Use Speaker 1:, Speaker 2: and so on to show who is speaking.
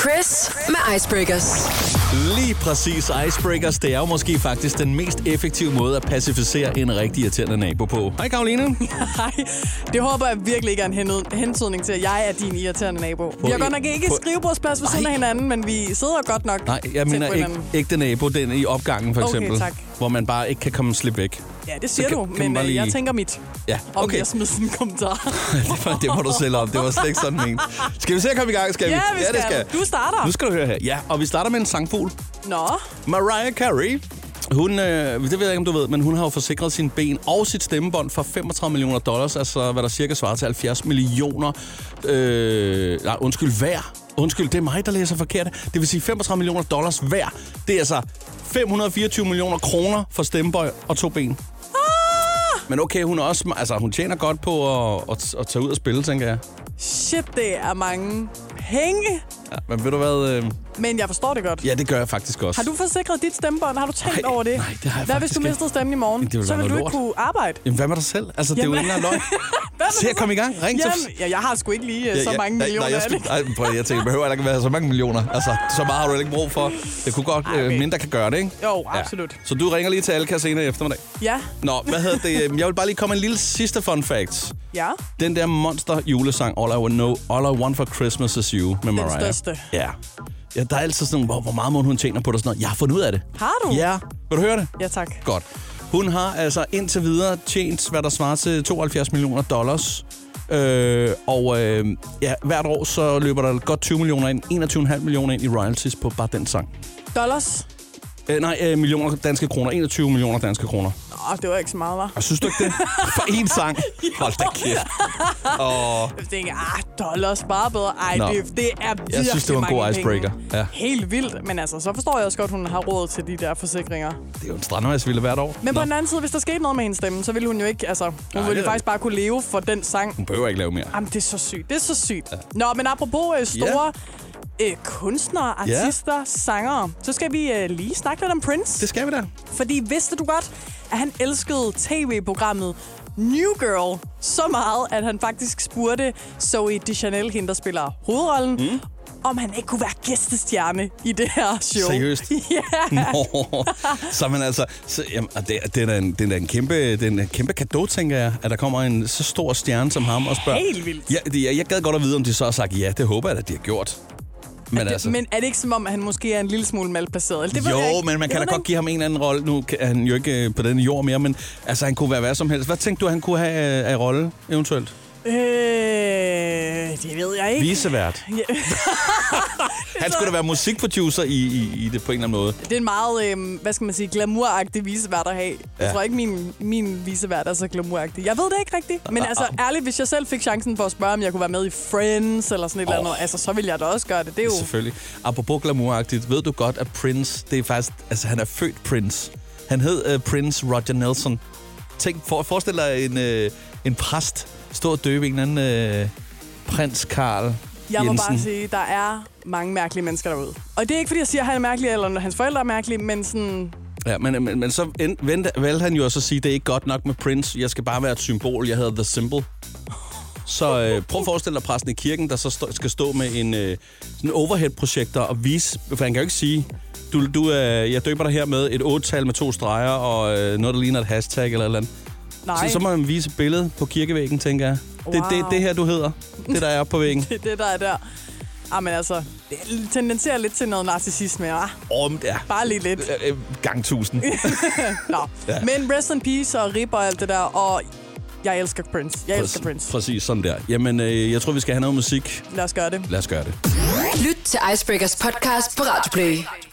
Speaker 1: Chris med Icebreakers.
Speaker 2: Lige præcis Icebreakers, det er jo måske faktisk den mest effektive måde at pacificere en rigtig irriterende nabo på. Hej Karoline.
Speaker 3: Nej, det håber jeg virkelig ikke er en hen- hentydning til, at jeg er din irriterende nabo. Vi har
Speaker 2: i-
Speaker 3: godt nok ikke
Speaker 2: på-
Speaker 3: skrivebordsplads ved siden af
Speaker 2: Ej.
Speaker 3: hinænden, men vi sidder godt nok
Speaker 2: Nej, jeg
Speaker 3: tæt
Speaker 2: mener
Speaker 3: på
Speaker 2: ikke
Speaker 3: hinanden.
Speaker 2: ægte nabo, den i opgangen for
Speaker 3: Okay,
Speaker 2: eksempel.
Speaker 3: tak.
Speaker 2: Hvor man bare ikke kan komme slippe væk.
Speaker 3: Ja, det siger
Speaker 2: kan-
Speaker 3: du,
Speaker 2: kan man
Speaker 3: men
Speaker 2: bare
Speaker 3: øh, jeg
Speaker 2: lige-
Speaker 3: tænker mit.
Speaker 2: Ja,
Speaker 3: Om
Speaker 2: okay.
Speaker 3: jeg smider sådan en kommentar.
Speaker 2: det, var, det var du selv om. Det var slet ikke sådan ment. Skal vi se at komme i gang? Skal vi?
Speaker 3: Ja, vi
Speaker 2: det
Speaker 3: skal. Du starter.
Speaker 2: Nu skal du høre her. Ja, og vi starter med en sangfugl.
Speaker 3: Nå,
Speaker 2: Mariah Carey. Hun, øh, det ved jeg ikke, om du ved, men hun har jo forsikret sine ben og sit stemmebånd for 35 millioner dollars, altså hvad der cirka svarer til 70 millioner, øh, nej, undskyld, hver. Undskyld, det er mig, der læser forkert. Det vil sige 35 millioner dollars hver. Det er altså 524 millioner kroner for stemmebøj og to ben.
Speaker 3: Ah!
Speaker 2: Men okay, hun, er også, altså, hun tjener godt på at, at, at tage ud og spille, tænker jeg.
Speaker 3: shit, det er mange penge,
Speaker 2: Ja, men ved du hvad? Øh,
Speaker 3: men jeg forstår det godt.
Speaker 2: ja, det gør jeg faktisk også.
Speaker 3: Har du forsikret dit stemmebånd? Har du tænkt
Speaker 2: Nej,
Speaker 3: over det?
Speaker 2: nej, det har jeg
Speaker 3: Hvad hvis
Speaker 2: faktisk
Speaker 3: du
Speaker 2: ikke.
Speaker 3: mistede stemmen i morgen?
Speaker 2: Det ville
Speaker 3: så
Speaker 2: være
Speaker 3: vil du
Speaker 2: noget
Speaker 3: ikke
Speaker 2: lort.
Speaker 3: kunne arbejde.
Speaker 2: Jamen, hvad med dig selv? Altså, det er jo
Speaker 3: Jamen-
Speaker 2: ikke engang løgn.
Speaker 3: Hvad vil
Speaker 2: Se
Speaker 3: du
Speaker 2: at
Speaker 3: så-
Speaker 2: komme i gang. Ring til-
Speaker 3: Jamen, ja, jeg har sgu ikke lige øh, så mange millioner
Speaker 2: jeg,
Speaker 3: af det.
Speaker 2: skulle- nej, men prøv, jeg tænker, behøver heller ikke være så mange millioner. Altså, så meget har du heller ikke brug for. Det kunne godt,
Speaker 3: Ej,
Speaker 2: okay.
Speaker 3: okay.
Speaker 2: øh, mindre kan gøre det, ikke?
Speaker 3: Jo, absolut.
Speaker 2: Så du ringer lige til Alka senere i eftermiddag.
Speaker 3: Ja,
Speaker 2: Nå, hvad hedder det? Øhm, Jeg vil bare lige komme med en lille sidste fun fact.
Speaker 3: ja.
Speaker 2: Den der monster julesang, All I, Want know, All I Want for Christmas Is You med Mariah.
Speaker 3: største.
Speaker 2: Ja. ja. der er altid sådan, hvor, hvor meget må hun tjener på det og sådan noget. Jeg har fundet ud af det.
Speaker 3: Har du?
Speaker 2: Ja. Vil du høre det?
Speaker 3: Ja, tak.
Speaker 2: Godt. Hun har altså indtil videre tjent, hvad der svarer til 72 millioner dollars. Øh, og øh, ja, hvert år så løber der godt 20 millioner ind, 21,5 millioner ind i royalties på bare den sang.
Speaker 3: Dollars?
Speaker 2: Øh, nej, øh, millioner danske kroner. 21 millioner danske kroner.
Speaker 3: Nå, det var ikke så meget, var.
Speaker 2: Og synes du ikke det? For én sang? Hold da kæft. Og
Speaker 3: Jeg tænkte, ah, dollars bare bedre. Ej,
Speaker 2: Nå.
Speaker 3: det, det er virkelig
Speaker 2: Jeg synes, det var en god
Speaker 3: mange
Speaker 2: icebreaker.
Speaker 3: Penge.
Speaker 2: Ja.
Speaker 3: Helt vildt. Men altså, så forstår jeg også godt, hun har råd til de der forsikringer.
Speaker 2: det er jo en strandvejsvilde hvert år.
Speaker 3: Men Nå.
Speaker 2: Nå,
Speaker 3: på den anden side, hvis der skete noget med hendes stemme, så ville hun jo ikke, altså, hun
Speaker 2: Nej,
Speaker 3: Nej,
Speaker 2: det er
Speaker 3: ville jo faktisk bare kunne leve for den sang.
Speaker 2: hun behøver ikke lave mere.
Speaker 3: Jamen, det er så sygt. Det er så sygt. Ja. Nå, men apropos øh, store øh, kunstnere,
Speaker 2: Ja.
Speaker 3: artister, sangere, så skal vi øh, lige snakke lidt om Prince.
Speaker 2: Det skal vi da.
Speaker 3: Fordi vidste du godt, at han elskede tv-programmet New Girl så meget, at han faktisk spurgte Zoe Deschanel, hende der spiller hovedrollen, mm. om han ikke kunne være gæstestjerne i det her show.
Speaker 2: Seriøst?
Speaker 3: Ja.
Speaker 2: Nå, så man altså, så, jamen, og det, det, er da en, det er da en kæmpe, det er en kæmpe gave, tænker jeg, at der kommer en så stor stjerne som ham og spørger.
Speaker 3: Helt vildt.
Speaker 2: Ja, det, jeg, jeg gad godt at vide, om de så har sagt ja, det håber jeg, at de har gjort. Men altså,
Speaker 3: Men er det ikke som om, at han måske er en lille smule malplaceret? Det ved jeg
Speaker 2: jo,
Speaker 3: ikke.
Speaker 2: men man kan
Speaker 3: Jeg
Speaker 2: da godt
Speaker 3: ved det ikke.
Speaker 2: give ham en eller anden rolle. Nu er han jo ikke øh, på den jord mere, men altså, han kunne være hvad som helst. Hvad tænkte du, han kunne have øh, af rolle eventuelt?
Speaker 3: Øh, det ved jeg ikke.
Speaker 2: Visevært.
Speaker 3: Ja.
Speaker 2: Han skulle da være musikproducer i, i, i det på en eller anden måde.
Speaker 3: Det er en meget, øh, hvad skal man sige, glamouragtig visevært at have. Jeg
Speaker 2: Ja.
Speaker 3: tror ikke, min, min visevært er så glamouragtig. Jeg ved det ikke rigtigt.
Speaker 2: Ah,
Speaker 3: Men altså, ærligt, hvis jeg selv fik chancen for at spørge, om jeg kunne være med i Friends eller sådan et oh. eller
Speaker 2: Åh.
Speaker 3: andet, altså, så ville jeg da også gøre det. Det er jo...
Speaker 2: Selvfølgelig. Apropos glamouragtigt, ved du godt, at Prince, det er faktisk, altså han er født Prince. Han hed uh, Prince Roger Nelson. Tænk, for, forestil dig en, øh, en præst stå og døbe en eller anden øh, prins Karl
Speaker 3: Jeg må
Speaker 2: Jensen.
Speaker 3: bare sige, der er mange mærkelige mennesker derude. Og det er ikke, fordi jeg siger, at han er mærkelig, eller hans forældre er mærkelige, men sådan...
Speaker 2: Ja, men, men, men så end, vent, valgte han jo også at sige, det er ikke godt nok med Prince. Jeg skal bare være et symbol. Jeg hedder The Symbol. Så øh, prøv at forestille dig præsten i kirken, der så stå, skal stå med en øh, sådan overhead-projekter og vise... For han kan jo ikke sige, du, du, øh, jeg døber dig her med et 8-tal med to streger og øh, noget, der ligner et hashtag eller et eller andet.
Speaker 3: Nej,
Speaker 2: Så, så må man vise et billede på kirkevæggen, tænker jeg. Wow. Det er det,
Speaker 3: Wow.
Speaker 2: det her, du hedder. Det, der er oppe på væggen.
Speaker 3: det er det, der er der. Ah, men altså, det tendenserer lidt til noget narcissisme, ah,
Speaker 2: Åh, men ja.
Speaker 3: Bare lige lidt.
Speaker 2: Øh, øh, Gang tusind.
Speaker 3: Nå. ja. Men rest in peace og rip og alt det der, og jeg elsker Prince. Jeg elsker Prince.
Speaker 2: Præcis, sådan der. Jamen, øh, jeg tror, vi skal have noget musik.
Speaker 3: Lad os gøre det.
Speaker 2: Lad os gøre det.
Speaker 1: Lyt til Icebreakers podcast på Radio Play.